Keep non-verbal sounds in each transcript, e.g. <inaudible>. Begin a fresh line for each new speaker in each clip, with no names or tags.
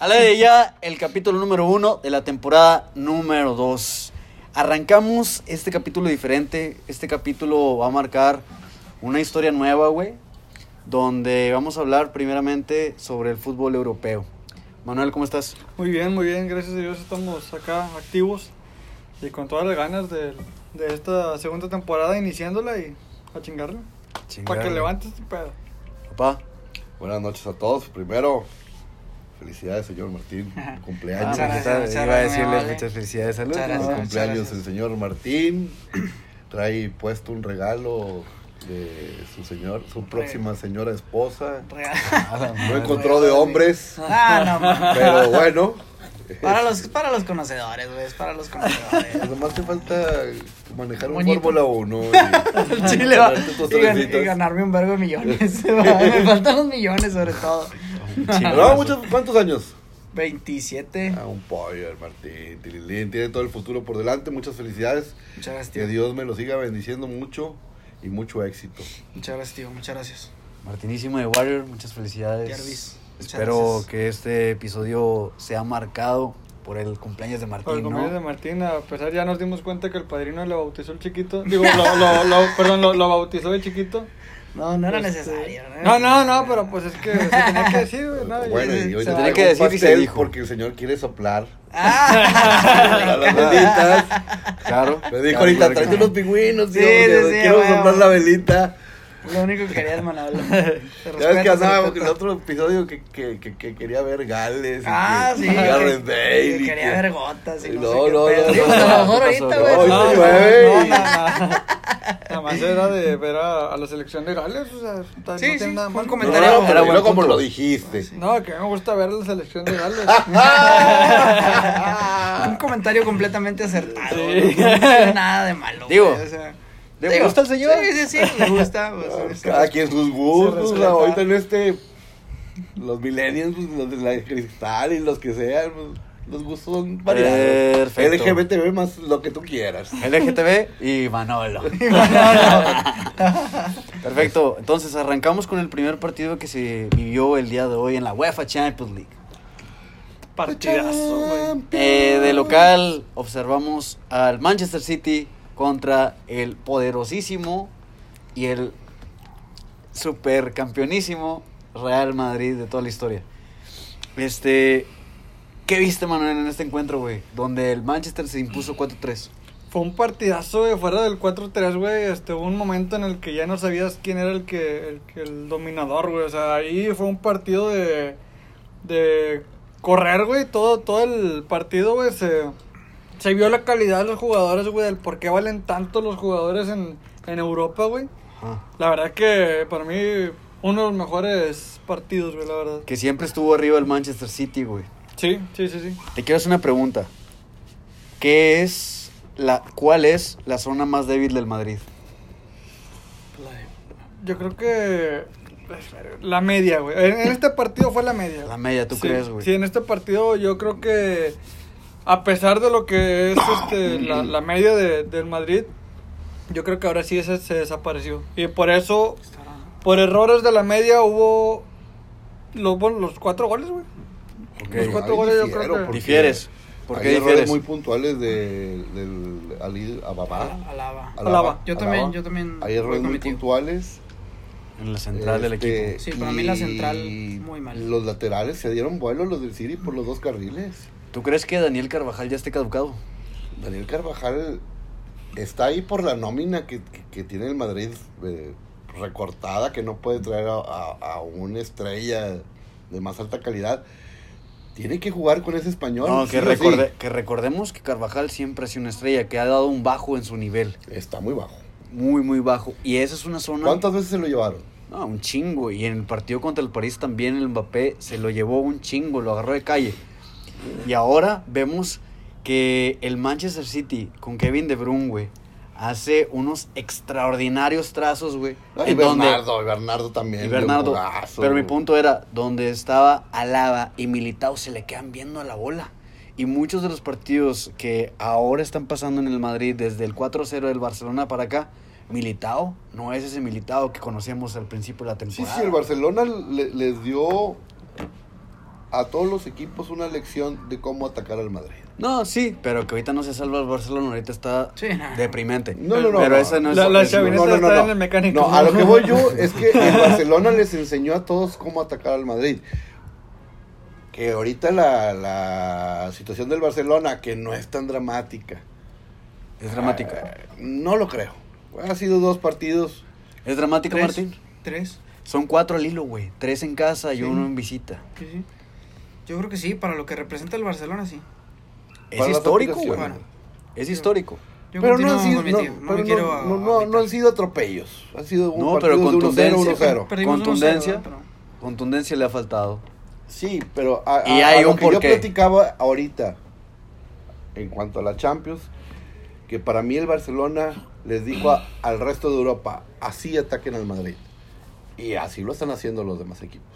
la de ya el capítulo número uno de la temporada número dos. Arrancamos este capítulo diferente. Este capítulo va a marcar una historia nueva, güey. Donde vamos a hablar primeramente sobre el fútbol europeo. Manuel, ¿cómo estás?
Muy bien, muy bien, gracias a Dios estamos acá activos y con todas las ganas de, de esta segunda temporada iniciándola y a chingarla. Para que levantes este pedo.
Papá.
Buenas noches a todos. Primero, felicidades, señor
<laughs>
Martín. Cumpleaños.
Ah,
Feliz
muchas gracias,
Iba a
Rami,
decirle
vale.
muchas felicidades. Saludos.
Muchas gracias.
cumpleaños
gracias.
el señor Martín. Trae puesto un regalo de su señor, su próxima señora esposa.
Real. <laughs>
No encontró de hombres,
Ah,
<laughs>
no, man.
pero bueno.
Para los, para los conocedores, güey. Es para los
<laughs>
conocedores.
Nomás te falta manejar un
Moñito.
Fórmula 1.
<laughs> El Chile va. Y, gan- y
ganar.
ganarme un vergo
<laughs>
de millones. Me faltan los millones, sobre todo.
No, muchos- ¿Cuántos años?
27.
A un pollo, el Martín. Tirilín, tiene todo el futuro por delante. Muchas felicidades.
Muchas gracias,
Que
tío.
Dios me lo siga bendiciendo mucho y mucho éxito.
Muchas gracias, tío. Muchas gracias.
Martinísimo de Warrior, muchas felicidades.
Jarvis, muchas
Espero
gracias.
que este episodio sea marcado por el cumpleaños de
Por el
Martín,
cumpleaños de
¿no?
Martín, a pesar ya nos dimos cuenta que el padrino le bautizó el chiquito. Digo, lo, lo, lo- perdón, lo, lo bautizó el chiquito.
No, no era
Este,
necesario.
No, no, no, pero pues es que se tenía que decir,
Pues
güey. ¿no?
<laughs> bueno,
Y-
y hoy
se
te
tenía
traigo
que
un
decir y se
pastel
dijo.
porque el señor quiere
<laughs>
soplar.
<laughs>
A
Ah,
las velitas.
Claro.
<laughs> Me dijo
claro,
ahorita,
claro que
tráete
sí.
unos pingüinos,
Sí,
tío,
sí,
porque
sí,
quiero
huevo.
soplar la velita.
Lo único que quería es Manolo.
Ya ves que andaba en el otro episodio que, que, que, que quería ver Gales. y
Ah,
que-
sí.
y Gareth
que-
Bale.
que
y
Quería
que-
ver gotas y no,
No,
sé qué
no,
pedo.
no,
Digo,
no,
a
no,
lo mejor
no,
ahorita,
no,
güey.
hoy se
no, no,
llueve.
no,
No,
y-
na- na- Nada más era de ver a, a la selección de Gales, o sea, está-
Sí,
no
sí,
tiene nada
fue
malo.
un
No, no,
comentario.
pero
Era
dilo
buen
como
punto.
lo dijiste.
<laughs>
No, que me gusta ver la selección de Gales.
Ah.
Un comentario completamente acertado. güey. No tiene nada de malo.
Digo,
güey, o sea,
¿le
digo,
gusta el señor?
Sí, sí, sí, me
<laughs>
gusta. pues, es-
Ah, Cada quien sus gustos,
Se
o sea,
respeta.
ahorita en este, los millennials, pues, los de la cristal y los que sean, pues, los gustos son variados.
Perfecto.
LGBTB más lo que tú quieras.
LGTB y Manolo. Perfecto. Entonces arrancamos con el primer partido que se vivió el día de hoy en la UEFA Champions League.
<laughs> Partidazo, güey.
Eh, de local observamos al Manchester City contra el poderosísimo y el supercampeonísimo Real Madrid de toda la historia. Este, ¿qué viste Manuel en este encuentro, güey? Donde el Manchester se impuso 4-3.
Fue un partidazo, güey, fuera del 4-3, güey. Este, hubo un momento en el que ya no sabías quién era el que el, que- el dominador, güey. O sea, ahí fue un partido de, de correr, güey. Todo, todo el partido, güey, se, se vio la calidad de los jugadores, güey, del por qué valen tanto los jugadores en, en Europa, güey. La verdad que para mí uno de los mejores partidos, güey, la verdad.
Que siempre estuvo arriba el Manchester City, güey.
Sí, sí, sí, sí.
Te quiero hacer una pregunta. ¿Qué es la, ¿Cuál es la zona más débil del Madrid?
Yo creo que pues, la media, güey. En, en este partido fue la media.
La media, ¿tú
Sí,
crees, güey?
Sí, en este partido yo creo que a pesar de lo que es este, la, la media de- del Madrid, yo creo que ahora sí ese se desapareció. Y por eso,
Ah,
por errores de la media hubo los, bueno, los cuatro goles, güey.
Ok.
Los cuatro goles yo creo que-
Pues, Difieres. ¿Por qué
Ah, hay errores
difieres?
muy puntuales de, del Ali Ababá.
Ah, Alaba.
Alaba.
Yo también- yo también
Hay
voy
errores
con
muy
mi tío.
puntuales.
En la central del
este,
equipo.
Sí, para mí la central,
y
muy mal.
Los laterales se dieron vuelo los del City por los dos carriles.
¿Tú crees que Daniel Carvajal ya esté caducado?
Daniel Carvajal está ahí por la nómina que, que- que tiene el Madrid eh, recortada, que no puede traer a, a- a una estrella de más alta calidad. Tiene que jugar con ese español.
No,
sí
que,
o sí.
recorde- que recordemos que Carvajal siempre ha sido una estrella, que ha dado un bajo en su nivel.
Está muy bajo.
Muy, muy bajo. Y esa es una zona.
¿Cuántas veces se lo llevaron?
No, un chingo. Y en el partido contra el París también el Mbappé se lo llevó un chingo, lo agarró de calle. Y ahora vemos que el Manchester City con Kevin De Bruyne, güey, hace unos extraordinarios trazos, güey.
No, y
en donde-
Bernardo, y Bernardo también.
Y
dio un
Bernardo.
golazo,
pero mi
güey.
punto era, donde estaba Alaba y Militao se le quedan viendo a la bola. Y muchos de los partidos que ahora están pasando en el Madrid, desde el 4-0 del Barcelona para acá, Militao no es ese Militao que conocíamos al principio de la
Sí,
temporada.
sí, el Barcelona le- les dio a todos los equipos una lección de cómo atacar al Madrid.
No, sí, pero que ahorita no se salva el Barcelona, ahorita está
Sí, no.
deprimente.
No, no, no.
Pero esa no es
La- la
es-
Xavi- Chavineta está en el mecánico.
No, a lo que voy yo es que el Barcelona les enseñó a todos cómo atacar al Madrid. Que ahorita la, la situación del Barcelona, que no es tan dramática.
es dramática.
Eh, no lo creo. Ha sido dos partidos.
¿Es dramática,
Tres.
Martín?
Tres.
Son cuatro al hilo, güey. Tres en casa y
Sí.
uno en visita.
Sí, sí. Yo creo que sí, para lo que representa el Barcelona, sí.
Es
Para las
histórico, güey.
aplicaciones.
Es histórico.
Yo
pero no
continúo
han sido,
con mi
no,
tío, no
pero
me
no-
quiero
no- no- no han sido atropellos. Han sido un
No, pero
partido de 1-0,
contundencia.
1-0.
Perdimos
Contundencia.
1-0, ¿verdad?
Contundencia le ha faltado.
Sí, pero a, a-
Y
a
hay
lo
un
que yo
porqué.
platicaba ahorita en cuanto a la Champions, que para mí el Barcelona les dijo a- al resto de Europa, así ataquen al Madrid. Y así lo están haciendo los demás equipos.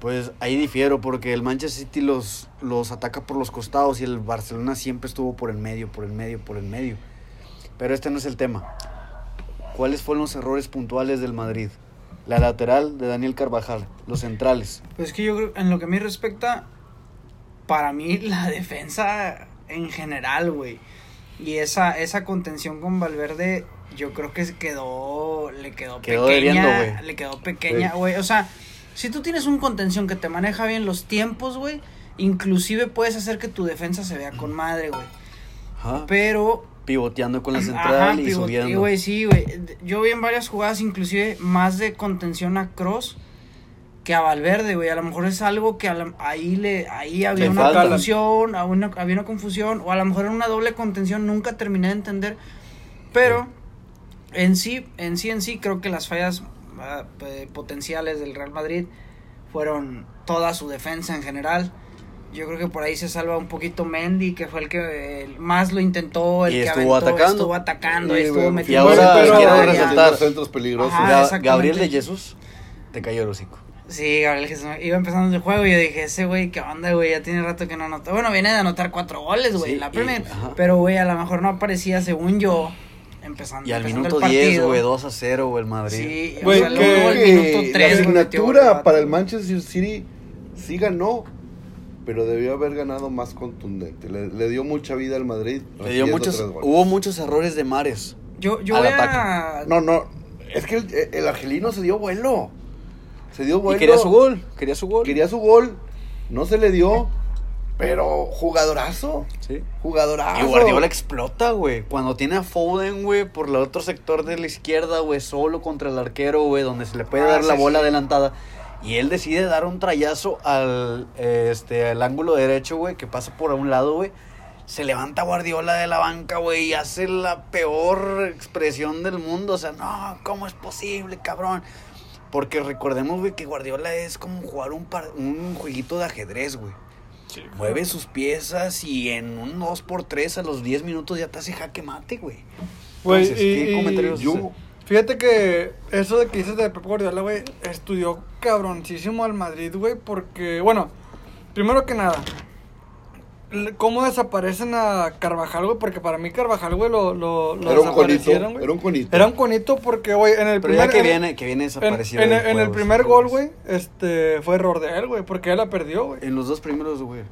Pues ahí difiero, porque el Manchester City los, los ataca por los costados y el Barcelona siempre estuvo por el medio, por el medio, por el medio. Pero este no es el tema. ¿Cuáles fueron los errores puntuales del Madrid? La lateral de Daniel Carvajal, los centrales.
Pues es que yo creo, en lo que a mí respecta, para mí <laughs> la defensa en general, güey. Y esa, esa contención con Valverde, yo creo que se quedó, le quedó,
Quedó
pequeña.
debiendo, güey.
le quedó pequeña,
Sí.
güey. O sea, si tú tienes un contención que te maneja bien los tiempos, güey, inclusive puedes hacer que tu defensa se vea con madre, güey.
Ajá.
Pero
Pivoteando con la central
Ajá,
y
pivote-
subiendo.
güey, sí, güey. Yo vi en varias jugadas, inclusive más de contención a Cross que a Valverde, güey. A lo mejor es algo que a la- ahí le ahí había
Le
una
falta.
confusión, a una- había una confusión, o a lo mejor era una doble contención, nunca terminé de entender. Pero en sí, en sí, en sí, creo que las fallas ah, eh, potenciales del Real Madrid fueron toda su defensa en general. Yo creo que por ahí se salva un poquito Mendy, que fue el que eh, el más lo intentó, el
Y
que
estuvo
aventó,
atacando.
estuvo atacando,
Sí,
estuvo
güey,
Y
metiendo
ahora
goles,
pero-
quiero
pero-
resaltar-
Los centros peligrosos.
Ajá.
Ga-
exactamente.
Gabriel de Jesús te cayó el hocico.
Sí, Gabriel Jesús. Iba empezando el juego y yo dije, ese güey, ¿qué onda, güey? Ya tiene rato que no anota. Bueno, viene de anotar cuatro goles,
Sí,
güey, en la
y-
Premier.
ajá.
pero, güey, a lo mejor no aparecía, según yo, empezando,
Y al
empezando
minuto
el
10,
partido.
güey, 2 a 0, güey, el Madrid.
Sí,
Güey,
o sea,
que-
luego al pues, minuto
que la
tres, güey, metió gol,
asignatura
vato.
para el Manchester City sí ganó, pero debió haber ganado más contundente. Le, le dio mucha vida al
Le
Madrid.
dio
recibiendo
muchos,
tres goles.
hubo muchos errores de Mares.
Yo, yo
al
voy a...
ataque.
No, no. Es que el, el argelino se dio vuelo. Se dio vuelo.
Y quería su gol, quería su gol.
Quería su gol. No se le dio. Pero jugadorazo.
Sí.
Jugadorazo.
Y Guardiola explota, güey. Cuando tiene a Foden, güey, por el otro sector de la izquierda, güey, solo contra el arquero, güey, donde se le puede
Ah,
dar la
sí,
bola
sí.
adelantada. Y él decide dar un trayazo al, eh, este, al ángulo derecho, güey, que pasa por un lado, güey. Se levanta Guardiola de la banca, güey, y hace la peor expresión del mundo. O sea, no, ¿cómo es posible, cabrón? Porque recordemos, güey, que Guardiola es como jugar un, par- un jueguito de ajedrez, güey. Mueve sus piezas y en un 2x3 a los 10 minutos ya te hace jaque mate, güey.
Güey,
Entonces,
y-
¿qué
y-
Pues, comentarios
yo-
hace?
Fíjate que eso de que dices de Pep Guardiola, güey, estudió cabroncísimo al Madrid, güey, porque, bueno, primero que nada, l- ¿cómo desaparecen a Carvajal, güey? Porque para mí Carvajal, güey, lo, lo, lo
Era un conito.
desaparecieron, güey.
Era un conito.
Era un conito porque, güey, en el
Pero ya
primer-
que
en-
viene, que viene
en,
desaparecido.
en-
del
en el
juego,
primer
sí,
gol, güey, este, fue error de él, güey, porque él la perdió, güey.
En los dos primeros, güey.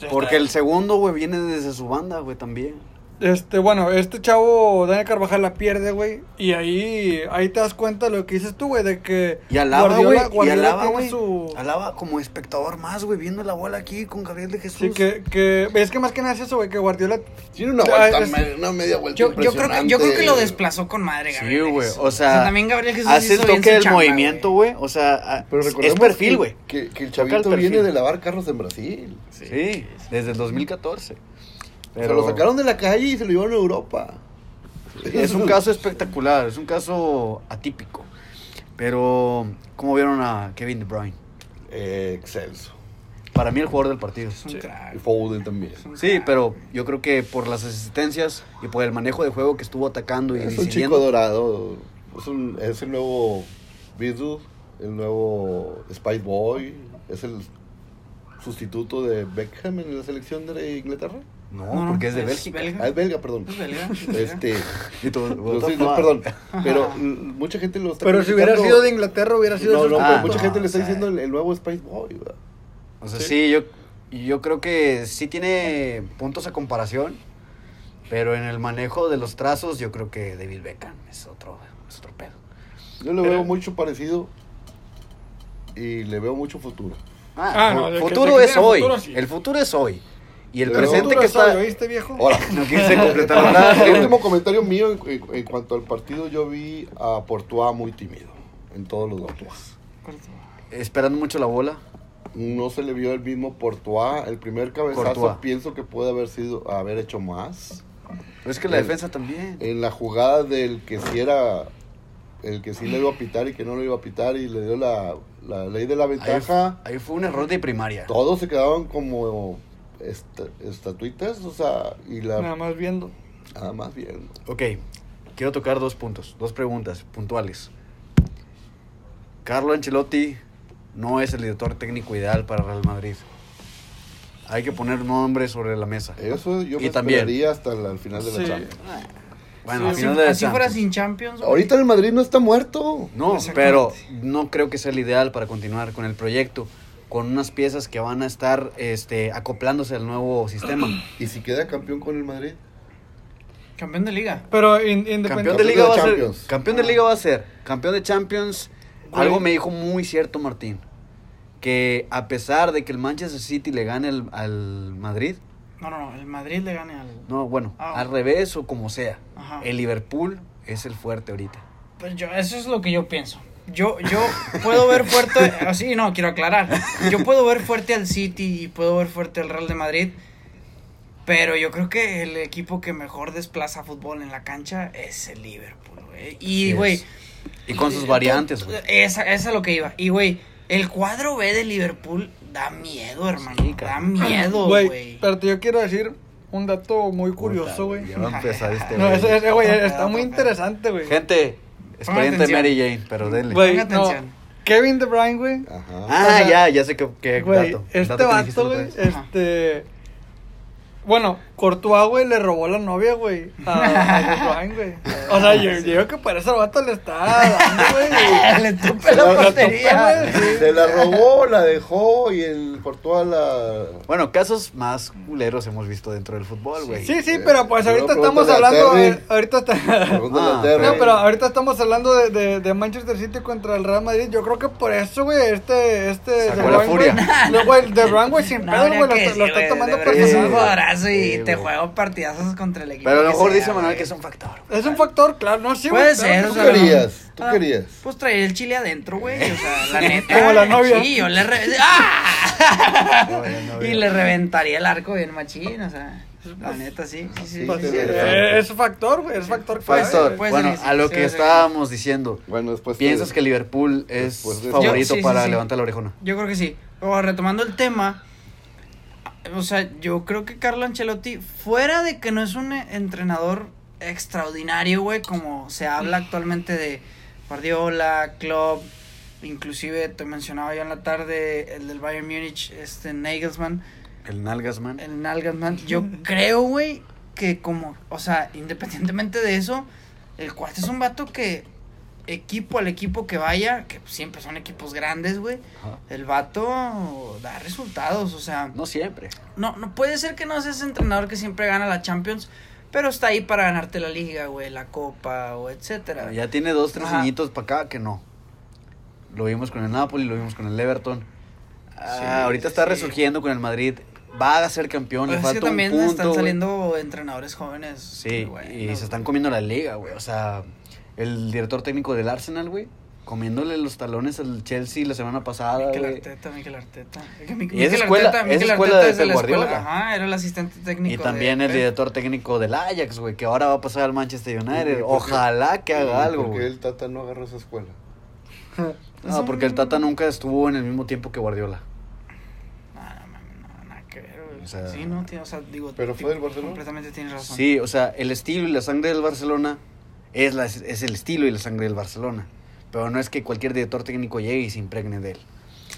Sí,
Porque
está.
el segundo, güey, viene desde su banda, güey, también.
Este, bueno, este chavo, Daniel Carvajal, la pierde, güey. Y ahí, ahí te das cuenta de lo que dices tú, güey, de que.
Y alaba, güey.
Guardiola-
Y
Guardiola
alaba,
tiene
güey.
su-
Alaba como espectador más, güey, viendo la bola aquí con Gabriel de Jesús.
Sí, que, que. Es que más que nada es eso, güey, que Guardiola.
Tiene una,
Ah,
vuelta,
es-
me- una media vuelta.
Yo, yo, creo que, yo creo que lo
impresionante.
desplazó con madre,
Sí,
Gabriel.
güey,
Jesús.
o sea,
también Gabriel Jesús
Hace el
hizo bien
toque
su
del
chamba,
movimiento, güey. O sea, a-
Pero
es
recordemos
perfil,
que-
güey.
Que, que el
Toca el
chavito viene
perfil.
de lavar carros en Brasil.
Sí, desde el 2014.
Se lo sacaron de la calle y se lo llevaron a Europa.
Es un caso espectacular, es un caso atípico. Pero, ¿cómo vieron a Kevin De Bruyne?
Eh, excelso.
Para mí el jugador del partido.
Es un crack,
Y Foden también.
es un
Sí,
crack.
pero yo creo que por las asistencias y por el manejo de juego que estuvo atacando y
Es un chico
decidiendo.
dorado. Es, un- es el nuevo Beatle, el nuevo Spice Boy. Es el sustituto de Beckham en la selección de Inglaterra.
No,
No, no,
porque es de
es
Bélgica.
belga.
Ah, es belga, perdón.
Es belga, es belga. <laughs>
Este,
<laughs> Y todo-
no, sí, no, perdón. Pero l- mucha gente lo está
Pero si hubiera
criticando.
sido de Inglaterra, hubiera sido.
No,
su-
no,
Ah,
pero mucha
no,
gente le está
o sea,
diciendo el, el nuevo Spice Boy. ¿verdad?
O O sea, sí,
Sí.
yo, yo creo que sí tiene puntos a comparación, pero en el manejo de los trazos yo creo que David Beckham es otro, es otro pedo.
Yo le
Pero-
veo mucho parecido y le veo mucho futuro.
Ah,
Ah,
fu-
no, de que-
futuro
de que
es
tiene
hoy.
futuro, sí.
El futuro es hoy. Y el
Pero-
presente
Futuro
que
es hoy,
está...
¿Oíste, viejo?
Ahora, <laughs>
No quise completar la frase.
el último comentario mío en, en- en cuanto al partido, yo vi a Portuá muy tímido en todos los goles.
Esperando mucho la bola.
No se le vio el mismo Portuá. El primer cabezazo
Courtois.
pienso que puede haber sido haber hecho más.
Pero es que la
Eh,
defensa también.
En la jugada del que sí era el que sí le iba a pitar y que no le iba a pitar y le dio la, la ley de la
ahí,
ventaja.
ahí fue un error de primaria.
Todos se quedaban como esta- estatuitas, o sea, y la
Nada más viendo.
nada más viendo.
Ok, quiero tocar dos puntos, dos preguntas puntuales. Carlo Ancelotti no es el director técnico ideal para Real Madrid. Hay que poner nombres sobre la mesa.
Eso yo
Y
me
también-
esperaría hasta la- el final de la
Sí.
Champions.
Bueno, al
Sí,
Así,
final de la
así fuera
Champions.
sin Champions. güey.
Ahorita el Madrid no está muerto.
No,
Exactamente.
pero no creo que sea el ideal para continuar con el proyecto, con unas piezas que van a estar este, acoplándose al nuevo sistema.
¿Y si queda campeón con el Madrid?
Campeón de liga.
Pero in-
Campeón de
independiente.
Campeón
liga
de
va a ser,
Champions.
campeón de liga va a ser, campeón de Champions.
Güey.
Algo me dijo muy cierto Martín, que a pesar de que el Manchester City le gane al, al Madrid,
No, no, no. El Madrid le gane al.
no, bueno,
Ah.
al revés o como sea,
Ajá.
el Liverpool es el fuerte ahorita.
Pues yo, eso es lo que yo pienso. Yo, yo puedo
<laughs>
ver fuerte, así no, quiero aclarar. Yo puedo ver fuerte al City y puedo ver fuerte al Real de Madrid, pero yo creo que el equipo que mejor desplaza fútbol en la cancha es el Liverpool,
Así
güey. Y,
es.
güey.
Y con sus variantes, güey.
Esa, esa es lo que iba. Y, güey, el cuadro B de Liverpool da miedo, hermano.
Sí,
da
cabrón.
miedo,
Güey,
güey.
espérate, yo quiero decir un dato muy
Puta,
eh, curioso, güey.
Ya va a empezar este
<laughs> No,
güey.
ese, ese, güey,
Otra,
está muy
otra.
interesante, güey.
Gente, es
Pongan
pariente de
atención.
Mary Jane, pero denle.
Güey,
Ponga
no.
atención.
Kevin De Bruyne, güey.
Ajá.
Ah,
o sea,
ya, ya sé que, que
Güey,
dato.
este
dato que me dijiste
vato,
la
güey,
otra vez.
Ajá.
este... Bueno, Courtois, güey, le robó la novia, güey,
<laughs>
a, a De Bruyne, güey. O sea, yo, yo digo que para ese vato le está dando, güey.
<laughs> Le tupe la
La- la
portería.
Se la robó, la dejó y el Courtois la...
Bueno, casos más culeros hemos visto dentro del fútbol, güey.
Sí, sí, pero pues
Yo
ahorita estamos
pregúntale a
hablando... eh,
Terry.
Ahorita está...
Pregúntale a
Ah,
Terry.
<laughs> No, pero ahorita estamos hablando de, de- de Manchester City contra el Real Madrid. Yo creo que por eso, güey, este, este
Sacó la
Bruyne,
furia.
güey, lo- güey, el De Bruyne,
<laughs>
güey, sin
No,
pedo, güey,
habría
lo,
que
está- lo
decir,
está
güey,
tomando
de verdad, Es un
personal.
jugadorazo y
Sí,
te
güey.
juego partidazos contra el equipo.
Pero a lo mejor
sea,
dice Manuel
güey.
que es un
<laughs>
factor.
Es un factor, claro, no, sí,
Puede
güey,
ser,
claro.
o
Tú
sea,
querías, tú
Ah,
querías.
Pues traía el chile adentro, güey. O sea, la neta.
Como la novia.
Sí, yo le re- ¡Ah!
No, ya no
Y
veo.
le reventaría el arco bien machín, o sea. La neta, sí. sí, sí,
Pues,
sí.
sí.
Eh, Es factor, güey, es factor clave,
Factor.
güey.
Puede
bueno,
ser, sí,
a lo
sí,
que
sí.
estábamos diciendo,
Bueno, después... te-
¿piensas que Liverpool es
Después de-
favorito
Yo- sí, sí,
para
sí.
levantar la orejona?
Yo creo que sí. Pero retomando el tema, o sea, yo creo que Carlo Ancelotti, fuera de que no es un eh, entrenador extraordinario, güey, como se habla actualmente de Guardiola, Klopp, inclusive te mencionaba yo en la tarde el del Bayern Múnich, este Nagelsmann,
El Nalgasman.
el Nagelsmann, yo creo, güey, que como, o sea, independientemente de eso, el cuate es un vato que equipo al equipo que vaya, que siempre son equipos grandes, güey,
Ajá.
el vato da resultados, o sea,
No siempre.
no, no puede ser que no seas entrenador que siempre gana la Champions, pero está ahí para ganarte la liga, güey, la copa o etcétera.
Ah, Ya tiene dos, tres
Ajá.
añitos para acá que no. Lo vimos con el Napoli, lo vimos con el Everton. Ah,
Sí,
ahorita está
sí.
resurgiendo con el Madrid. Va a ser campeón,
Pues
le
es
falta
que también
un punto.
están
güey.
saliendo entrenadores jóvenes.
Sí,
güey,
y
no-
se están comiendo la liga, güey. O sea, el director técnico del Arsenal, güey, comiéndole los talones al Chelsea la semana pasada,
Mikel
güey.
Arteta, Mikel Arteta. Es que
es
Mi-
escuela- es escuela de
es de
Pep
la escuela-
Guardiola.
Ajá, era el asistente técnico.
Y también
de
el
Pep.
director técnico del Ajax, güey, que ahora va a pasar al Manchester
Sí,
United.
porque-
Ojalá que haga algo,
Porque
güey.
el Tata no agarró esa escuela.
No, porque el Tata nunca estuvo en el mismo tiempo que Guardiola.
No, no, mames, no, nada que ver, güey.
O sea-
sí, no, tiene- o sea, digo.
Pero
ti-
fue del Barcelona.
Completamente tienes razón.
Sí, o sea, el estilo y la sangre del Barcelona es, la- es el estilo y la sangre del Barcelona. Pero no es que cualquier director técnico llegue y se impregne de él.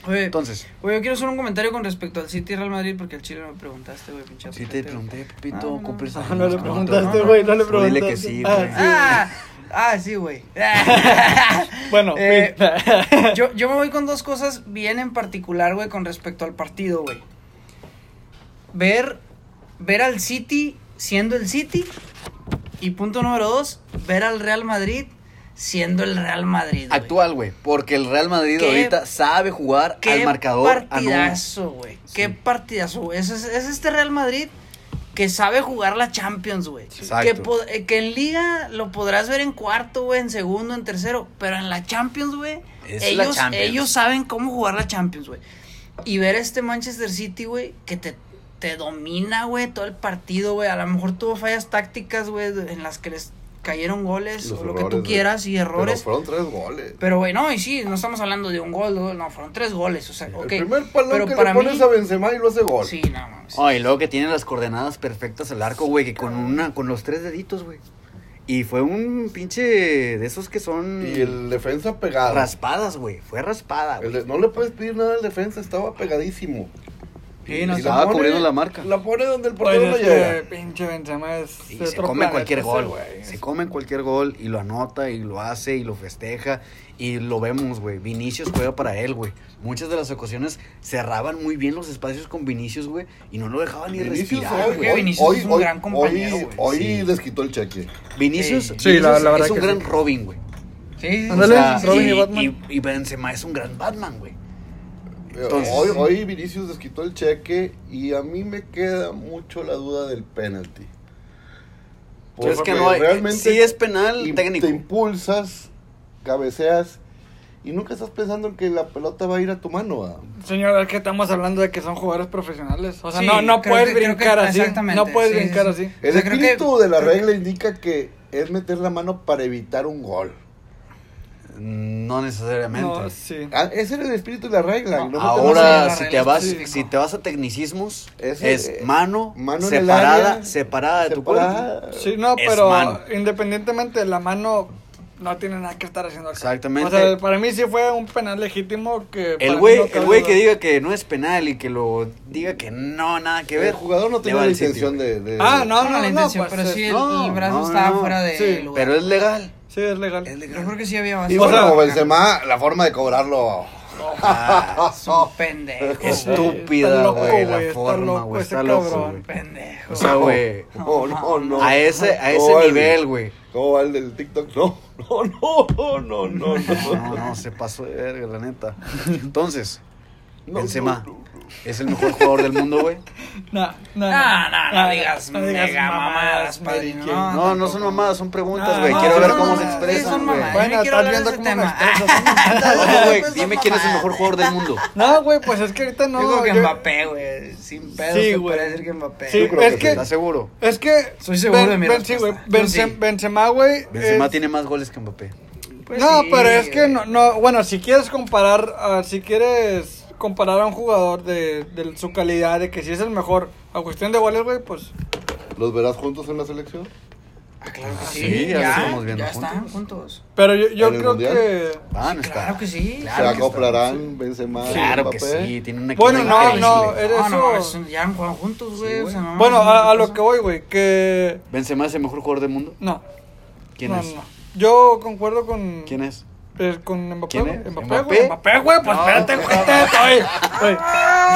Oye,
Entonces,
Güey, yo quiero hacer un comentario con respecto al City y Real Madrid porque al Chile no me preguntaste, güey, pinche.
si te
ojete,
pregunté,
No,
Pepito,
no,
compres
no.
Ah, no le
No,
preguntaste,
no,
güey, no le
Tú
preguntaste.
Dile que sí,
Ah,
güey.
güey. Ah, Ah, sí, güey. <laughs>
Bueno,
Eh, <laughs>
fin.
yo, yo me voy con dos cosas bien en particular, güey, con respecto al partido, güey. Ver, ver al City siendo el City. Y punto número dos, ver al Real Madrid siendo el Real Madrid. güey.
Actual, güey. Porque el Real Madrid
¿Qué-
ahorita sabe jugar
Qué
al marcador. a no-
partidazo, güey. Qué partidazo, güey. Es, es- es este Real Madrid que sabe jugar la Champions, güey.
Exacto.
Que, po- eh, que en liga lo podrás ver en cuarto, güey, en segundo, en tercero. Pero en la Champions, güey.
Es la
Ellos,
Champions.
ellos saben cómo jugar la Champions, güey. Y ver a este Manchester City, güey, que te, te domina, güey, todo el partido, güey. A lo mejor tuvo fallas tácticas, güey, en las que les cayeron goles
Los
o lo que
errores,
tú
güey.
quieras y errores.
Pero fueron tres goles.
Pero bueno, y sí, no estamos hablando de un gol, dos, no, fueron tres goles, o sea, ok.
El primer palo
pero
que
para
le pones
mí-
a Benzema y lo hace gol.
Sí, no mames.
Oh, y luego que tiene las coordenadas perfectas al arco, güey, que con una, con los tres deditos, güey. Y fue un pinche de esos que son
Y el defensa pegado.
raspadas, güey. Fue raspada,
El
güey.
de- no le puedes pedir nada al defensa, estaba pegadísimo.
Sí, no, estaba cubriendo la marca.
La pone donde el portero
Bueno,
no
es
llega.
que pinche Benzema es
Y
de
se
otro
come
planeta
cualquier
ese
gol, güey. Se come cualquier gol y lo anota y lo hace y lo festeja y lo vemos, güey. Vinicius juega para él, güey. Muchas de las ocasiones cerraban muy bien los espacios con Vinicius, güey, y no lo dejaban ni
Vinicius
respirar,
hoy-
güey.
que Vinicius
hoy-
es un
hoy-
gran compañero,
Hoy,
güey.
hoy
Sí.
les quitó el cheque.
Vinicius,
Sí,
Vinicius
la- la verdad
es un
que
gran
sí.
Robin, güey.
Sí, sí, sí.
Ándale,
O sea,
Robin
y-
y Batman.
y- y Benzema es un gran Batman, güey. Entonces-
hoy, hoy Vinicius les quitó el cheque y a mí me queda mucho la duda del penalti.
Pues es
Porque
que no hay- sí es penal
im-
técnico.
Te impulsas, cabeceas y nunca estás pensando en que la pelota va a ir a tu mano. ¿va?
Señor, es que estamos hablando de que son jugadores profesionales. O sea,
Sí,
no, no
creo
puedes
que- creo que-
brincar así.
exactamente,
No puedes
sí,
brincar
sí, sí.
así.
El
sea, creo que-
espíritu de la
creo que-
regla indica que es meter la mano para evitar un gol.
No necesariamente.
No, sí.
Ah, ese era el espíritu de la regla. y no meter la
a
Ahora,
la
si
regla
te, vas,
específica.
si te vas a tecnicismos,
Ese,
es
eh,
mano,
mano en el
separada,
área,
separada de tu cuerpo.
separada.
Sí, no,
Es
pero
mano.
independientemente, la mano no tiene nada que estar haciendo acá.
Exactamente.
O sea, para mí sí fue un penal legítimo que... para
El
mí
güey,
no cabe
el güey
duda.
que diga que no es penal y que lo diga que no, nada que ver.
El jugador no
le
tenía
va
la
al City,
intención
güey.
de, de-
Ah, no, no,
No, no,
no,
la intención,
pues,
pero sí el,
no,
el brazo
no,
estaba
no.
fuera de
Sí,
lugar.
Pero es legal.
Sí, es legal.
Es legal.
Yo creo que sí había
Y
bastante.
bueno,
sea,
como Benzema, la forma de cobrarlo.
Ah,
Es un pendejo.
Qué
güey.
estúpida,
loco,
güey, la
güey, está
forma,
loco
güey,
ese
está loco,
cabrón.
güey.
Pendejo.
o sea, güey,
No, no, no.
a ese, a ese
No, el-
nivel,
<laughs>
güey.
¿Cómo va el del TikTok? No, no, no, no, no.
No, no, se pasó de verga, la
<laughs>
neta. Entonces,
No,
Benzema
no, no,
es el mejor jugador del mundo,
<laughs>
güey.
No, no, Ah,
No, no, no digas mega mamadas, padrino,
Mary
no.
Jane.
No, no son mamadas, son preguntas,
Ah,
güey.
no,
Quiero
sí
ver
son
cómo se
mamadas, sí
expresan,
son
güey. <laughs>
mamadas.
Bueno,
Yo no quiero
estás
hablar
viendo
de ese
cómo nos
tema. <laughs>
Oye,
<laughs>
güey,
Son
dime quién es el
mamadas.
mejor jugador del mundo.
No, güey, pues es que ahorita no.
Yo creo que
yo-
Mbappé, güey. Sin pedo
Sí,
te
güey.
puede decir que Mbappé.
Sí,
güey.
creo
es
que
que.
¿Estás seguro?
Es que.
Soy seguro de mi
sí, güey.
respuesta.
Benzem-
Yo sí.
Benzema, güey.
Benzema
es-
tiene más goles que Mbappé.
Pues
no,
sí,
pero es que
güey.
no, no, bueno, si quieres comparar, a- si quieres comparar a un jugador de, de su calidad, de que si es el mejor, a cuestión de goles, güey, pues
no. ¿Los verás juntos en la selección?
Ah, Claro que
Sí,
sí.
ya
ya
lo estamos viendo
ya están
juntos.
juntos.
Pero yo, yo
¿En el
creo
Mundial?
que.
Van, está.
Claro que sí.
Claro
¿Se
que
acoplarán Benzema y
Claro que
Mbappé?
sí, tiene un equipo
Bueno, no,
increíble.
no, eh.
No, no,
eso-
es- ya han jugado juntos, güey. o sea, no,
Bueno,
no,
a, a
no pues
lo que voy, güey, que.
¿Benzema es el mejor jugador del mundo?
No.
¿Quién
no,
es?
no. Yo concuerdo con.
¿Quién es?
eh, con Mbappé,
¿Quién
güey.
es?
Mbappé,
¿Mbappé?
güey. Mbappé, güey, pues
No,
espérate,
no,
güey. espérate, oye, oye.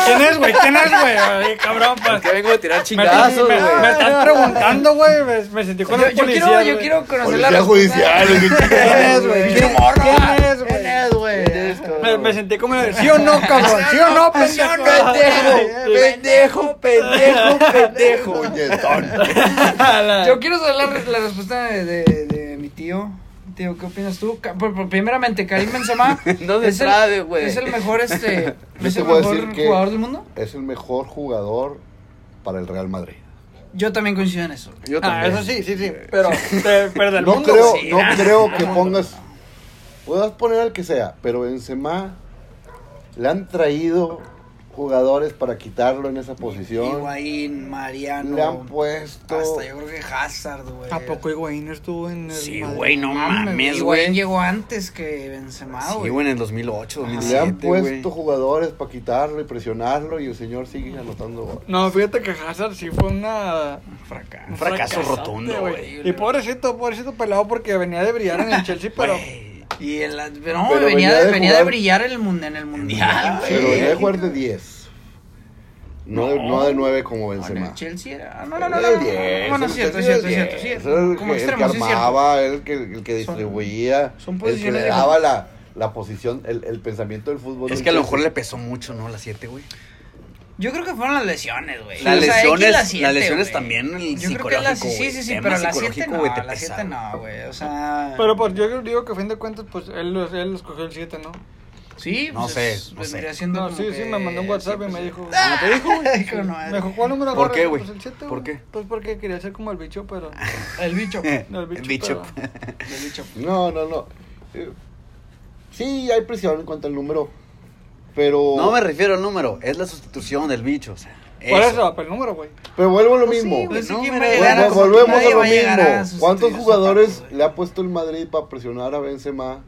¿Quién es, güey? ¿Quién es, güey? Ay, cabrón, pues.
Que vengo a tirar
Me,
chingazos,
me-
güey.
me estás preguntando, güey. Me, me sentí con
Yo,
el
yo
policía.
quiero, yo
güey.
quiero conocer la
Policía
respuesta.
<laughs>
judicial.
¿Quién es, güey?
Pinche
¿Quién
morro.
quién es, güey?
¿Quién es, güey?
Me, me sentí como. ¿Sí o no, cabrón? ¿Sí o no, pendejo?
pendejo, pendejo, pendejo.
Puñetón.
Yo quiero saber la, re- la respuesta de, de- de mi tío. Tío, ¿qué opinas tú? Ca- por- por- primeramente, Karim Benzema
<laughs> No se
es, el,
sabe, güey.
es el
<laughs>
mejor este
Yo
es
te
el
voy a
mejor
decir que-
jugador del mundo.
Es el mejor jugador para el Real Madrid.
Yo también coincido en eso.
Yo
Ah,
también.
eso sí, sí, sí. Pero, eh, pero del
No
mundo.
creo,
sí,
no
ah.
creo que pongas. Puedas poner al que sea, pero Benzema le han traído jugadores para quitarlo en esa posición.
Higuaín, Mariano.
Le han puesto.
Hasta yo creo que Hazard, güey.
¿A poco Higuaín estuvo en el
Sí,
Madrid?
güey, no mames,
Higuaín
güey.
llegó antes que Benzema,
Sí,
güey.
Ah, güey, Ah, en el 2008,
Le han
2007, güey.
puesto jugadores para quitarlo y presionarlo y el señor sigue anotando goles.
No, fíjate que Hazard sí fue una...
Fracaso.
Un fracaso rotundo, güey.
Y pobrecito, pobrecito pelado porque venía de brillar en el Chelsea, pero...
<laughs> Güey,
Y el, no, venía,
Pero venía
de,
de
venía de
jugar-
brillar en el, mun- en el mundial, güey.
Pero venía a jugar de 10. No, de- no de 9 como
No, en el
Benzema.
Chelsea era. ah, No, no, no.
Era
no,
el
no,
10,
Bueno,
el
es cierto, es
Chelsea
cierto, es
era el
cierto. es
10,
cierto.
era el
Como
que-
extremo,
el
sí, es
que
cierto.
armaba, el que, el que distribuía,
son
el que le
posiciones de-
daba la, la posición, el, el pensamiento del fútbol.
Es
del
que a lo
Chelsea.
mejor le pesó mucho, ¿no? La 7, güey.
Yo creo que fueron las lesiones, güey.
Las
O sea, X
lesiones-
la siete,
las lesiones
güey.
también, el
Yo creo que las-
psicológico,
Sí,
güey,
sí, sí,
tema
pero las 7
psicológico,
no,
güey, te
las
pesa,
7
güey.
no, güey. O sea...
Pero pues yo digo que a fin de cuentas, pues él, él escogió el 7, ¿no?
Sí,
No
pues,
sé,
es-
no sé.
vendría siendo
No,
como
sí, sí,
que-
me mandó un WhatsApp
sí,
y
pues,
me
sí.
dijo... "Ah, te dijo,
<laughs>
güey?"
Dijo, "No,
Me dijo, ¿cuál número
¿Por
agarras?"
qué, güey?
Pues el 7,
¿Por
güey.
qué?
Pues porque quería ser como el bicho, pero...
<laughs>
El bicho.
No, el
El
bicho.
bicho.
pero-
<laughs>
El bicho.
No, no, no. Eh, Sí, hay presión en cuanto al número, pero...
No me refiero al número, es la sustitución del bicho, o sea.
Por eso, pero el número, güey.
Pero vuelvo a lo
Pues sí,
mismo.
güey, sí,
No,
¿quién
mira,
va a
güey,
llegar a
pues
sustituir?
volvemos
Nadie
a lo
va llegar a
mismo.
sustituir
¿Cuántos
a
jugadores
Zapata, güey?
le ha puesto el Madrid para presionar a Benzema?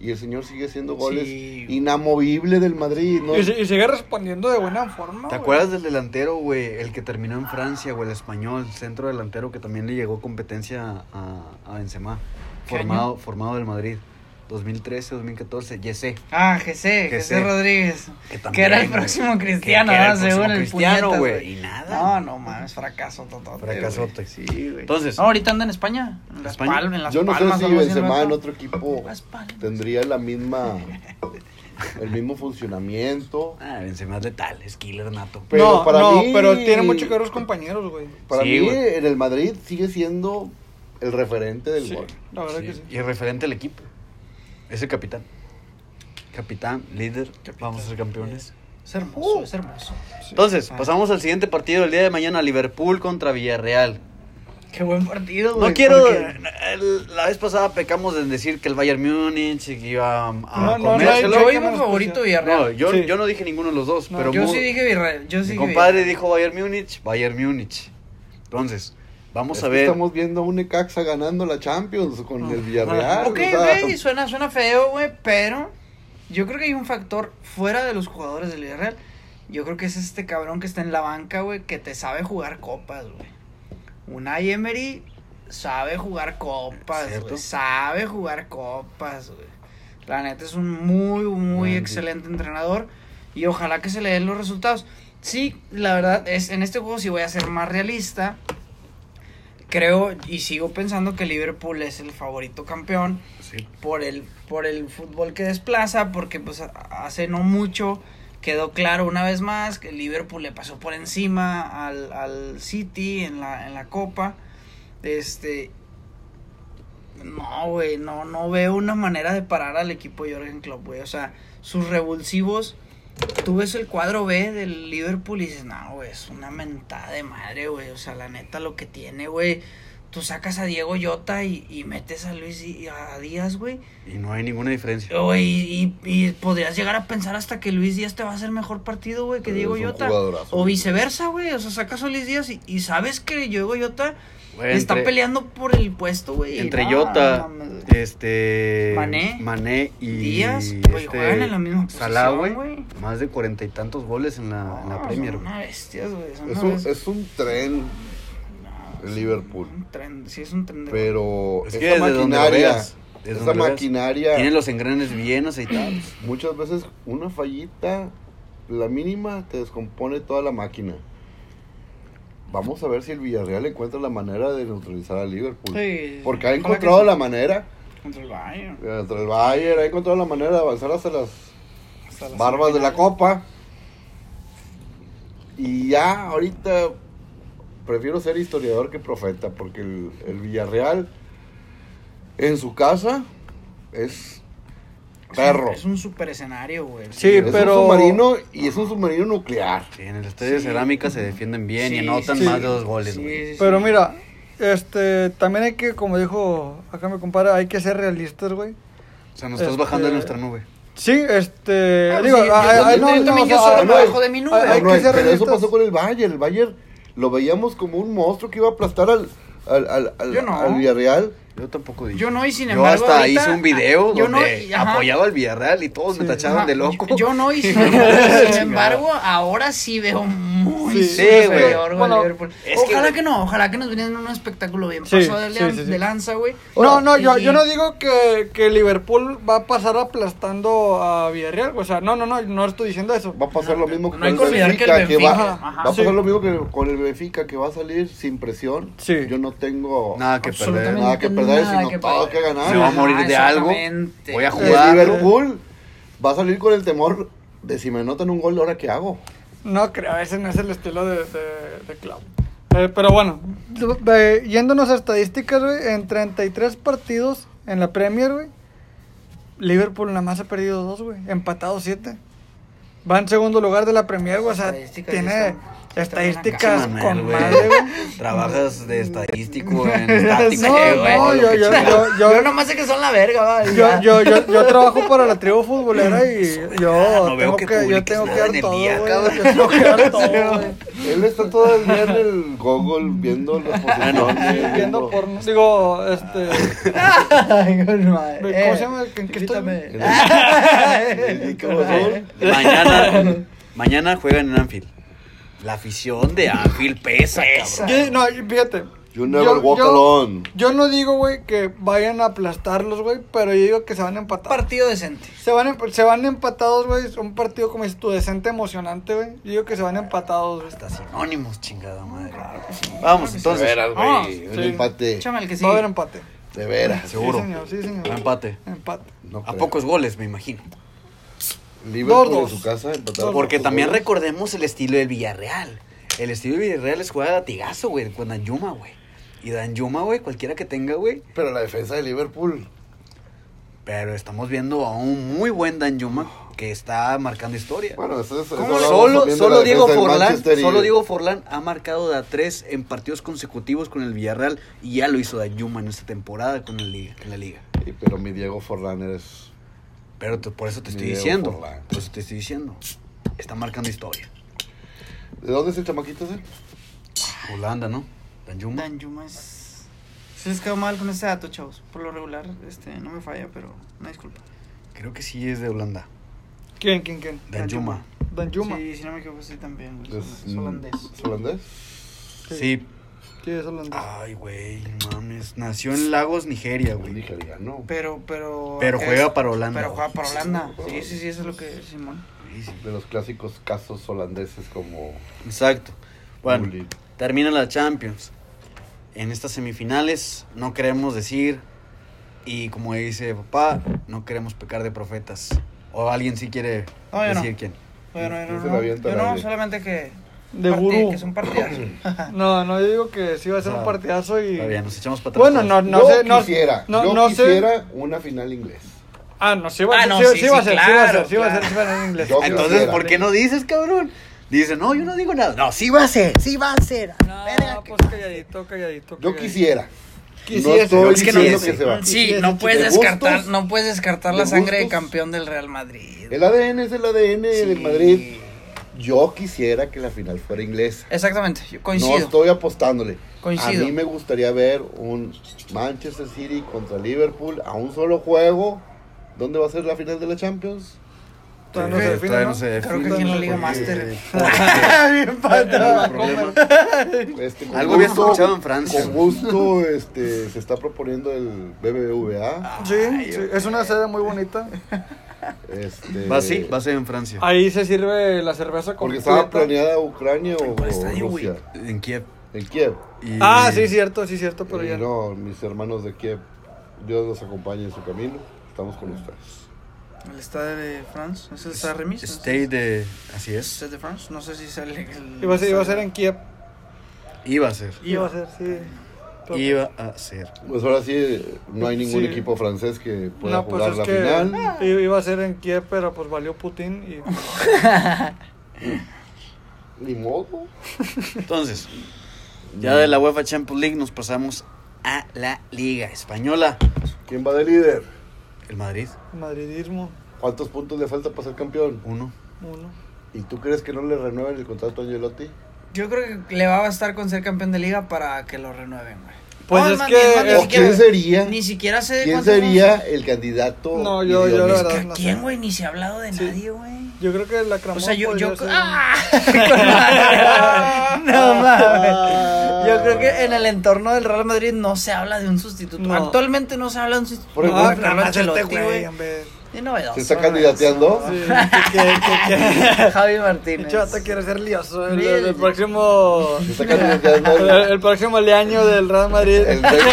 Y el señor sigue haciendo goles
Sí.
inamovible del Madrid, ¿no?
Y, si- y sigue respondiendo de buena
¿Te
forma, güey.
acuerdas del delantero, güey? El que terminó en Francia, güey, el español, centro delantero que también le llegó competencia a, a Benzema.
¿Qué
Formado, formado del Madrid. 2013, 2014, Yesé.
Ah, Jesse, Jesse
Jesse.
Rodríguez.
Que,
Que
también,
era el
güey,
próximo
que-
cristiano,
que era
¿verdad? según
próximo
el
cristiano,
puñetas,
güey. Y nada.
No, no mames, fracaso totote.
Fracasote.
güey. Sí, güey.
Entonces-
No, ahorita anda en España. En las
¿España?
palmas, en las
Yo no sé
palmas.
si
algo así,
Benzema
¿verdad?
en otro equipo
Las palmas.
tendría la
<laughs>
misma el mismo funcionamiento.
Ah, Benzema es letal, es killer nato.
Pero
no,
para
no,
mí-
pero tiene mucho que ver los compañeros, güey.
Para
Sí,
mí
güey.
en el Madrid sigue siendo el referente del
Sí,
gol.
la verdad
Sí,
que sí.
Y referente al equipo. Es el capitán. Capitán, líder, vamos a ser campeones.
Es
Uh.
hermoso, es hermoso.
Entonces,
Ah.
pasamos al siguiente partido del día de mañana, Liverpool contra Villarreal.
Qué buen partido, güey.
No quiero.
porque-
el- la vez pasada pecamos en decir que el Bayern Múnich y que iba a, a
No, no, no,
comérselo.
Yo
hay-
No,
iba favorito Villarreal.
yo,
Sí.
yo no dije ninguno de los dos,
No,
pero
yo
mu-
sí dije Villarreal. Yo sí
mi
dije
compadre
Villarreal.
dijo Bayern Múnich, Bayern Múnich. Entonces, vamos
Es
a
que
ver.
Estamos viendo a un Necaxa ganando la Champions con el Villarreal.
Ah. Ok,
o sea,
güey, suena, suena feo, güey, pero yo creo que hay un factor fuera de los jugadores del Villarreal. Yo creo que es este cabrón que está en la banca, güey, que te sabe jugar copas, güey. Unai Emery sabe jugar copas,
Cierto.
güey. Sabe jugar copas, güey. La neta es un muy, muy
Buen
excelente entrenador y ojalá que se le den los resultados. Sí, la verdad, es en este juego sí voy a ser más realista. Creo y sigo pensando que Liverpool es el favorito campeón
Sí.
por el, por el fútbol que desplaza, porque pues a- hace no mucho quedó claro una vez más que Liverpool le pasó por encima al, al City en la, en la Copa. Este. No, güey, no, no veo una manera de parar al equipo de Jorgen Klopp, güey. O sea, sus revulsivos. Tú ves el cuadro B del Liverpool y dices, no, güey, es una mentada de madre, güey. O sea, la neta lo que tiene, güey. Tú sacas a Diego Yota y, y metes a Luis y y a Díaz, güey.
Y no hay ninguna diferencia.
Güey, Y, y podrías llegar a pensar hasta que Luis Díaz te va a hacer mejor partido, güey, que
Es
Diego
un
Yota.
jugadorazo.
O viceversa, güey. O sea, sacas a Luis Díaz y, y sabes que Diego Yota
Güey,
está
entre-
peleando por el puesto, güey.
Entre
No,
Jota,
no mames.
eh,
este.
Mané.
Mané y. este,
Díaz, güey, juegan en la misma
Salah,
posición,
güey.
güey.
Más de cuarenta y tantos goles en la, en la
No,
Premier,
son
güey.
una bestias, güey. son
Es
una
un,
bestias.
es un tren el Liverpool.
Un tren, sí, es un tren de.
Pero
Es
esa
que desde donde lo
maquinaria,
veas. desde
esa
donde lo veas,
maquinaria,
Tienen los engranes bien aceitados.
muchas veces una fallita, la mínima, te descompone toda la máquina. Vamos a ver si el Villarreal encuentra la manera de neutralizar a Liverpool.
Sí.
Porque ha
Ojalá que
encontrado
sí.
la manera, eh,
Contra el Bayern.
contra el Bayern, ha encontrado la manera de avanzar hasta las
Hasta la
barbas de la
semifinal.
copa. Y ya ahorita prefiero ser historiador que profeta, porque el, el Villarreal en su casa es
Es un-
perro.
Es un super escenario, güey.
Sí,
Es
pero-
un submarino y es un submarino nuclear.
Sí, en el estadio
Sí.
de cerámica se defienden bien y
Sí,
anotan
sí,
más
sí.
de dos goles,
Sí,
güey.
sí,
Pero
sí.
mira, este, también hay que, como dijo acá mi compadre, hay que ser realistas, güey.
O sea, nos estás
Este-
Eh,
bajando de nuestra nube.
Sí, este.
Ah,
digo,
sí, yo
ah, ah,
también-
no,
yo también
no,
yo
o sea,
solo
no,
me bajo de mi nube.
hay- hay
No,
que ser
no, pero eso
realistas.
pasó con el Bayern. El Bayern lo veíamos como un monstruo que iba a aplastar al, al, al, al,
Yo no.
al Villarreal.
Yo tampoco dije.
Yo no, y sin
Yo
embargo,
hasta
ahorita-
hice un video
yo no,
donde
y- ajá.
apoyaba al Villarreal y todos me tacharon
Ajá,
de loco. <laughs>
Yo, yo no, y sin, sin embargo, ahora sí veo muy
Sí,
sí, güey.
superior, güey,
Bueno,
Liverpool.
es que-
Ojalá que, no, ojalá que nos vinieran un espectáculo bien
Sí,
pasado de,
sí,
lan-
sí, sí.
de lanza, güey.
No, no, yo,
Y-
yo no digo que, que Liverpool va a pasar aplastando a Villarreal. güey, O sea, no, no, no, no estoy diciendo eso.
Va a pasar lo mismo
no hay que olvidar que el
va,
Benfica,
va
ajá.
a pasar
Sí.
lo mismo que con el Benfica, que va a salir sin presión.
Sí.
Yo no tengo
Nada que perder.
Absolutamente
nada que perder,
nada
sino
que
todo
perder.
que ganar.
Se va a
Ajá,
morir de algo.
exactamente.
Voy a
El
jugar.
Liverpool va a salir con el temor de si me anotan un gol, ¿ahora qué
<laughs>
hago?
No creo, ese no es el estilo de, de, de Klopp. Eh, pero bueno, de- yéndonos a estadísticas, güey, en 33 partidos en la Premier, güey, Liverpool nada más ha perdido dos, güey, empatado siete. Va en segundo lugar de la Premier, güey, o sea,
Estadísticas
tiene
están- están bien
estadísticas
Sí, Manuel,
con
güey.
madre, güey.
<laughs> Trabajas de
<laughs>
estadístico en táctica,
No,
güey.
no,
lo
yo-
que
yo-
chingas.
yo-
Yo nomás sé que son la verga, va. y
Yo,
ya.
yo, yo, yo trabajo para la tribu futbolera y
<laughs>
yo
Ah, no veo
tengo
que
que, yo
publiques
tengo que
nada
dar
en el
todo,
día,
güey,
cabrón.
yo tengo
<laughs>
que dar todo, güey.
Él está todo el día en el Google viendo las
Sí, <laughs>
posiciones.
viendo porno. Digo, este.
<laughs> Ay, con madre.
¿Cómo
Eh,
se llama? ¿En qué estoy?
quítame.
¿En
<laughs>
qué razón?
<laughs>
Mañana, mañana juegan en Anfield. La afición de Anfield pesa,
Pesa.
cabrón.
Yo- no, fíjate.
You never walk
yo,
alone.
Yo no digo, güey, que vayan a aplastarlos, güey, pero yo digo que se van a empatar.
Partido decente.
se, van emp- se van empatados, güey. es Un partido como es tu decente emocionante, güey. Yo digo que se van empatados, güey.
Hasta sinónimos, chingada madre. Vamos,
De
entonces.
veras,
Ah,
güey.
Un
sí.
empate.
Échame el que sí.
Va a haber empate.
De veras.
Seguro.
Sí, señor, sí, señor.
Un empate.
Empate.
No
A
creo.
pocos goles, me imagino.
Dos,
Liverpool
dos.
en su casa empataron
Porque
pocos
también
goles.
recordemos el estilo del Villarreal. El estilo del Villarreal es jugar a latigazo, güey, con Danjuma, güey. Y Danjuma, güey, cualquiera que tenga, güey.
Pero la defensa de Liverpool.
Pero estamos viendo a un muy buen Danjuma que está marcando historia.
Bueno, eso es. eso
¿Cómo?
hablamos
Solo,
también de
solo
la
Diego
defensa del
Forlán,
Manchester y-
solo Diego Forlán ha marcado de a tres en partidos consecutivos con el Villarreal y ya lo hizo Danjuma en esta temporada con la liga, en la liga.
y- Pero mi Diego Forlán eres.
Pero te- por eso te estoy
Diego
diciendo,
Forlán.
por eso te estoy diciendo, está marcando historia.
¿De dónde es el chamaquito ese?
Holanda, ¿no? Danjuma.
Dan Yuma es. Se les quedó mal con este dato, chavos. Por lo regular, este, no me falla, pero una disculpa.
Creo que sí es de Holanda.
¿Quién, quién, quién?
Danjuma.
Dan Yuma. Sí,
Sí, si no me equivoco, sí también. güey,
Es-
Es holandés.
¿Es holandés?
Sí.
sí,
es holandés.
Ah,
Ay, güey, no mames. Nació en Lagos, Nigeria,
Un
güey.
Nigeriano.
Pero, pero.
Pero
acá
juega
es-
para Holanda.
Pero juega para Holanda.
Sí,
Sí, sí, sí, eso es lo que Simón.
De los clásicos casos holandeses como.
Exacto. Bueno,
Bully.
termina la Champions. En estas semifinales no queremos decir, y como dice papá, no queremos pecar de profetas. O alguien sí quiere
No, yo no.
decir quién.
Bueno,
No
yo
se
no,
la avienta
yo no,
nadie.
solamente que.
De
partid-
gurú.
Que son partidas. <laughs>
No, no, yo digo que sí va a ser un
Ah,
partidazo y.
Está bien, nos echamos para atrás.
Bueno, no, no
yo
sé. No,
quisiera,
no,
yo
no sé.
quisiera una final inglés.
Ah, no, sí va a
Ah,
ser.
no,
sí,
sí,
sí va a
sí,
ser, sí va a ser,
claro,
sí va a ser,
claro.
sí va a ser en inglés.
Yo
Ah, Entonces,
quisiera.
¿por qué no dices, cabrón? Dice, no, yo no digo nada. No, sí va a ser, sí va a ser.
No, pues calladito, calladito.
Yo
calladito.
quisiera.
Quisiese.
No estoy
Es que no
diciendo
dice.
que se va.
Sí,
Sí,
no
sí,
puedes
de
descartar,
gustos,
no puedes descartar
de
la sangre de
gustos.
campeón del Real Madrid.
El ADN es el ADN del
Sí.
Madrid. Yo quisiera que la final fuera inglesa.
Exactamente, yo
No
coincido.
estoy apostándole.
Coincido.
A mí me gustaría ver un Manchester City contra Liverpool a un solo juego. ¿Dónde va a ser la final de la Champions?
Todavía no se define, ¿no?
Creo que aquí en la
<laughs>
Liga Master.
Bien patada.
Este, con
Algo había
gusto-
escuchado en Francia.
Con gusto este, se está proponiendo el BBVA.
Sí, sí, es una sede muy
<laughs>
bonita.
Este,
Va así, va a ser en Francia.
Ahí se sirve la cerveza con
Porque estaba
plata.
planeada Ucrania o,
¿Cuál estadio, güey?
Rusia.
En Kiev.
En Kiev.
Y-
Ah, sí, cierto, sí, cierto, pero
Y
ya no.
no, mis hermanos de Kiev, Dios los acompañe en su camino. Estamos con ustedes.
El Stade de France, ¿es el Stade Remis? ¿No?
Stay de. Así es.
Stade de France, no sé si es el. el-
Iba a ser, iba a ser en Kiev.
Iba a ser.
Iba a ser, sí. Pero-
Iba a ser.
Pues ahora sí, no hay ningún
Sí.
equipo francés que pueda
No,
jugar
pues es
la
que
final.
i- iba a ser en Kiev, pero pues valió Putin y
Ni modo.
Entonces, ya de la UEFA Champions League nos pasamos a la Liga Española.
¿Quién va de líder?
El Madrid.
madridismo.
¿Cuántos puntos le falta para ser campeón?
Uno.
Uno.
¿Y tú crees que no le renueven el contrato a Angelotti?
Yo creo que le va a bastar con ser campeón de liga para que lo renueven, güey.
Pues
No,
es
más
que-
bien, más ni
¿O
siquiera-
quién sería?
Ni siquiera sé
¿Quién
cuántos-
sería el candidato?
No, yo- yo la
idóneo?
Es que
verdad.
¿a ¿Quién, güey? Ni se ha hablado de nadie, güey.
Yo creo que la
O
Cramón
sea, yo,
podría
yo,
ser-
¡Ah! <laughs> Con madre, güey. no
Ah.
mames. <laughs> Yo creo que en el entorno del Real Madrid no se habla de un sustituto.
No.
Actualmente no se habla de un sustituto.
Por el este
para
buen
Ah,
Carlo
Carlos Ancelotti,
Ancelotti, güey.
hombre.
Es novedoso,
¿Se está
güey.
candidateando?
Sí, <laughs> que- que- que-
<laughs> Javi
El
Martínez.
chata quiere ser lioso. El,
Mil.
el próximo.
¿Se está candidateando
<laughs> El,
el,
el próximo leaño del Real Madrid.
el 20, el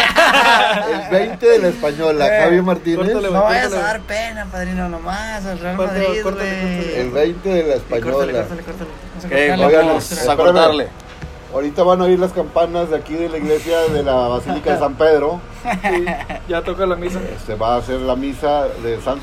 20 de la española,
Eh,
Javi Martínez?
córtale,
No vayas a dar pena, padrino, nomás al Real
Córtale,
Madrid,
córtale, córtale.
El
güey.
20 de la
Sí, Eh, Córtale,
española.
córtale, córtale. Vamos a
Ok,
cortarle,
oigan,
vamos a
vámonos
cortar.
a cortarle.
Ahorita van a oír las campanas de aquí de la iglesia de la Basílica de San Pedro.
Ya toca la misa.
Se va a hacer la misa de Santo